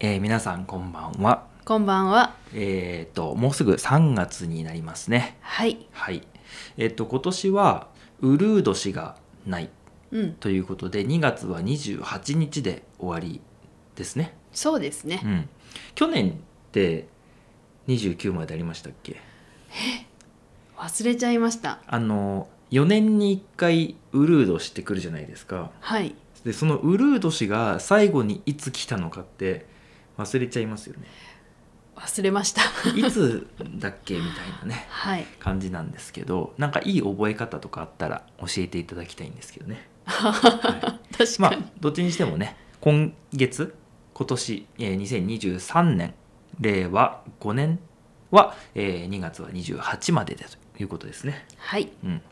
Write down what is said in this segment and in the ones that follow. えー皆さんこんばんは。こんばんは。えっ、と、もうすぐ3月になりますね。はい。はい。えっ、と、今年は、ウルー年がないうん。ということで、2月は28日で終わりですね。そうですねう。ん。去年って、29までありましたっけ忘れちゃいました。あの、4年に1回、ウルー年ってくるじゃないですか。はい。で、そのウルー年が最後にいつ来たのかって、忘れちゃいますよね。忘れました。いつだっけみたいなね。はい。感じなんですけどなんかいい覚え方とかあったら教えていただきたいんですけどね、は 確い、まかあに。どっちにしてもね今月今年、えー2023年令和5年は、えー2月は28までだということですね、はい。うん、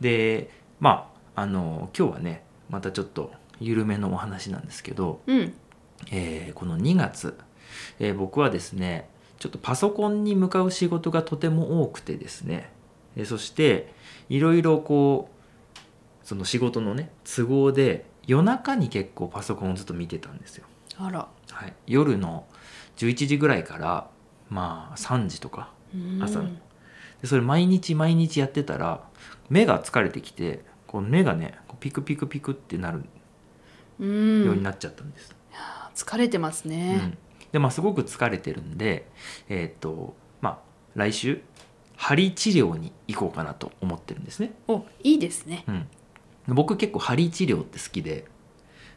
でまああの今日はねまたちょっと緩めのお話なんですけど、うん。えーこの2月、えー僕はですねちょっとパソコンに向かう仕事がとても多くてですね、えーそしていろいろこうその仕事のね都合で夜中に結構パソコンをずっと見てたんですよ、あら。はい、夜の11時ぐらいからまあ3時とかうーん朝のでそれ毎日毎日やってたら目が疲れてきてこう目がねこうピクピクピクってなるうようにん。なっちゃったんです、疲れてますうねん。でまあすごく疲れてるんでえーっ、とまあ来週針治療に行こうかなと思ってるんですね、お、いいですね。うん、僕結構針治療って好きで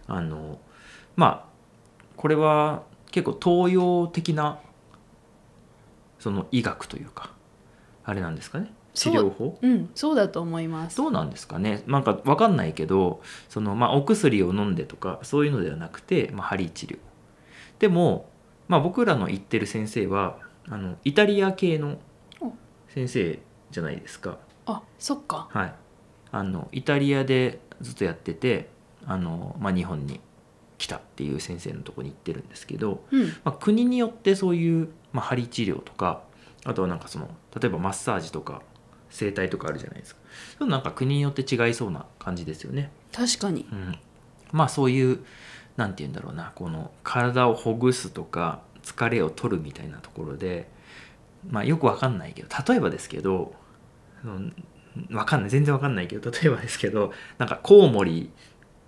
あのまあこれは結構東洋的なその医学というかあれなんですかね治療法うん。そうだと思います。どうなんですかねなんかわかんないけどその、まあ、お薬を飲んでとかそういうのではなくて、まあ、針治療でも、まあ、僕らの行ってる先生はあのイタリア系のお先生じゃないですかあ、そっか。はいあのイタリアでずっとやっててあの、まあ、日本に来たっていう先生のとこに行ってるんですけど、うん。まあ、国によってそういう、まあ、針治療とかあとはなんかその例えばマッサージとか整体とかあるじゃないですかそういうのなんか国によって違いそうな感じですよね、確か に。うん、まあそういうなんて言うんだろうなこの体をほぐすとか疲れを取るみたいなところで、まあ、よくわかんないけど例えばですけどそのわかんない全然わかんないけど例えばですけどなんかコウモリ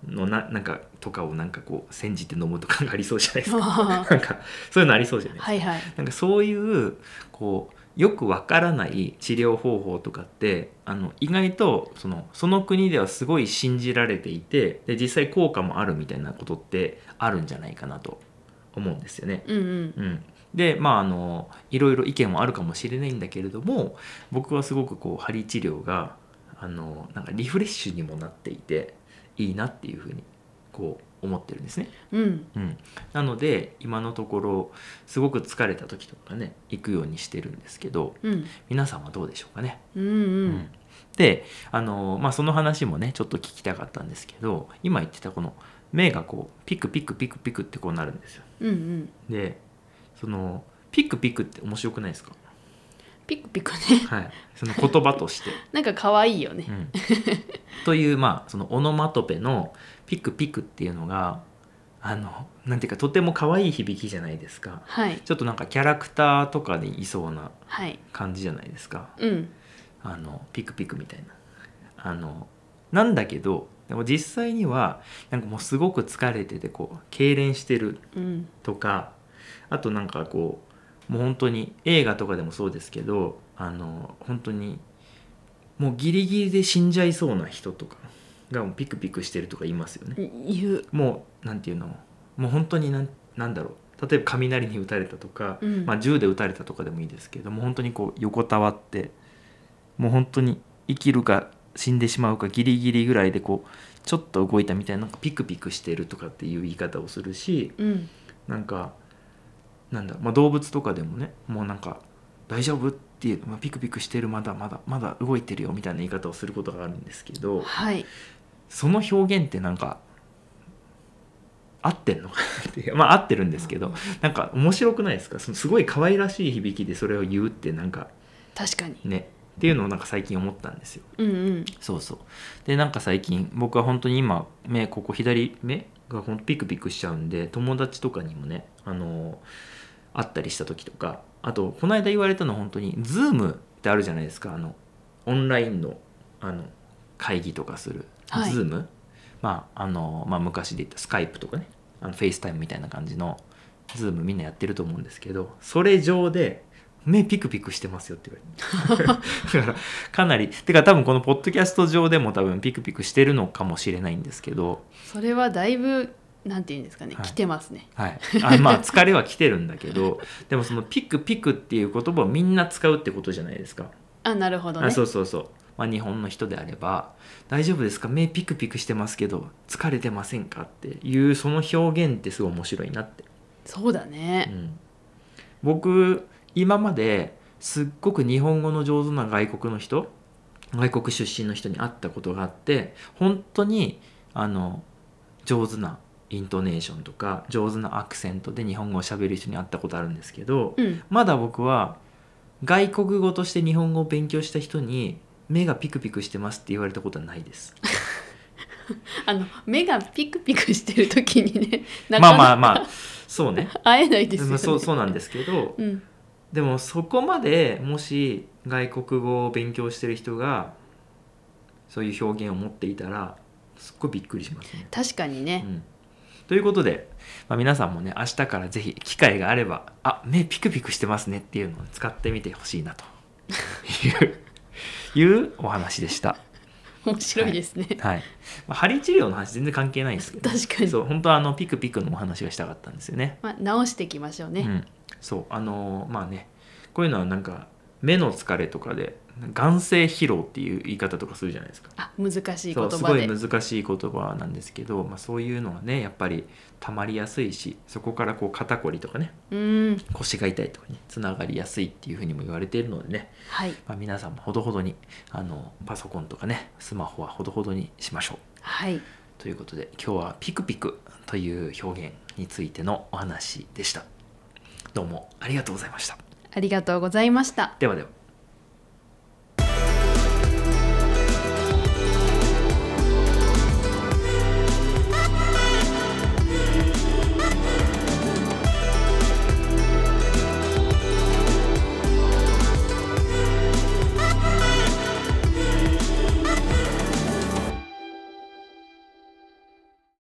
のななんかとかをなんかこう煎じて飲むとかがありそうじゃないですか はなんかそういうのありそうじゃないですか、いはい。なんかそういうこうよくわからない治療方法とかってあの意外とそのその国ではすごい信じられていてで実際効果もあるみたいなことってあるんじゃないかなと思うんですよね。うんうん。うん、でまああのいろいろ意見もあるかもしれないんだけれども僕はすごくこう針治療があのなんかリフレッシュにもなっていていいなっていうふうにこう思ってるんですね。うん。うん、なので今のところすごく疲れた時とかね行くようにしてるんですけどうん。皆さんはどうでしょうかね、うんううん。であの、まあ、その話もねちょっと聞きたかったんですけど今言ってたこの目がこうピクピクピクピクってこうなるんですようんうん。でそのピクピクって面白くないですか、ピクピクね。 はい、その言葉として、なんか可愛いようね。ん、というまあそのオノマトペのピクピクっていうのがあのなんていうかとても可愛い響きじゃないですかはい。ちょっとなんかキャラクターとかにいそうなはい。感じじゃないですかうん。あのピクピクみたいなあのなんだけどでも実際にはなんかもうすごく疲れててこう痙攣してるうん。とかあとなんかこうもう本当に映画とかでもそうですけどあの本当にもうギリギリで死んじゃいそうな人とかがもうピクピクしてるとか言いますよね言う。もうなんていうのもう本当になんなんだろう例えば雷に打たれたとか、うんまあ、銃で撃たれたとかでもいいですけどもう本当にこう横たわってもう本当に生きるか死んでしまうかギリギリぐらいでこうちょっと動いたみたいななんかピクピクしてるとかっていう言い方をするしうん。なんかなんだ、まあ、動物とかでもねもうなんか「大丈夫?」っていう、まあ、ピクピクしてるまだまだまだ動いてるよみたいな言い方をすることがあるんですけど。はい。その表現ってなんか合ってんのかなっていうまあ合ってるんですけど、なんか面白くないですかそのすごい可愛らしい響きでそれを言うってなんか確かにねっていうのをなんか最近思ったんですようんうんそうそうでなんか最近僕は本当に今目ここ左目がほんとピクピクしちゃうんで友達とかにもねあの会ったりした時とかあとこの間言われたの本当に Zoom ってあるじゃないですかあのオンラインのあの会議とかする、はい Zoom まああの、まあ、昔で言ったスカイプとかねあのフェイスタイムみたいな感じの Zoom みんなやってると思うんですけどそれ上で目ピクピクしてますよって言われて だからかなりてか多分このポッドキャスト上でも多分ピクピクしてるのかもしれないんですけど、それはだいぶなんていうんですかね、はい来てますねはい、あまあ疲れは来てるんだけど でもそのピクピクっていう言葉をみんな使うってことじゃないですか。あなるほどねあそうそうそう、まあ、日本の人であれば「大丈夫ですか目ピクピクしてますけど疲れてませんか?」っていうその表現ってすごい面白いなって。そうだね、うん、僕今まですっごく日本語の上手な外国の人外国出身の人に会ったことがあって本当にあの上手なイントネーションとか上手なアクセントで日本語を喋る人に会ったことあるんですけど、うんまだ僕は外国語として日本語を勉強した人に目がピクピクしてますって言われたことはないです。あの目がピクピクしてる時にね なまあかまあなまあそうね。か会えないですよね、まあそうそうなんですけど、うんでもそこまでもし外国語を勉強してる人がそういう表現を持っていたらすっごいびっくりしますね。確かにうね、ん、ということで、まあ、皆さんもね明日からぜひ機会があれば「あ目ピクピクしてますね」っていうのを使ってみてほしいな といういうお話でした。面白いですね、はいまあ、針治療の話全然関係ないんですけど確かにそう本当はあのピクピクのお話がしたかったんですよね。まあ、直していきましょうね、うん、そうあのーまあねこういうのはなんか目の疲れとかで眼性疲労っていう言い方とかするじゃないですかあ難しい言そ葉うですごい難しい言葉なんですけど、まあ、そういうのはねやっぱり溜まりやすいしそこからこう肩こりとかねうん腰が痛いとかにつながりやすいっていうふうにも言われているのでね、はいまあ、皆さんもほどほどにあのパソコンとかねスマホはほどほどにしましょうはいということで今日は「ピクピク」という表現についてのお話でしたどうもありがとうございましたありがとうございましたではでは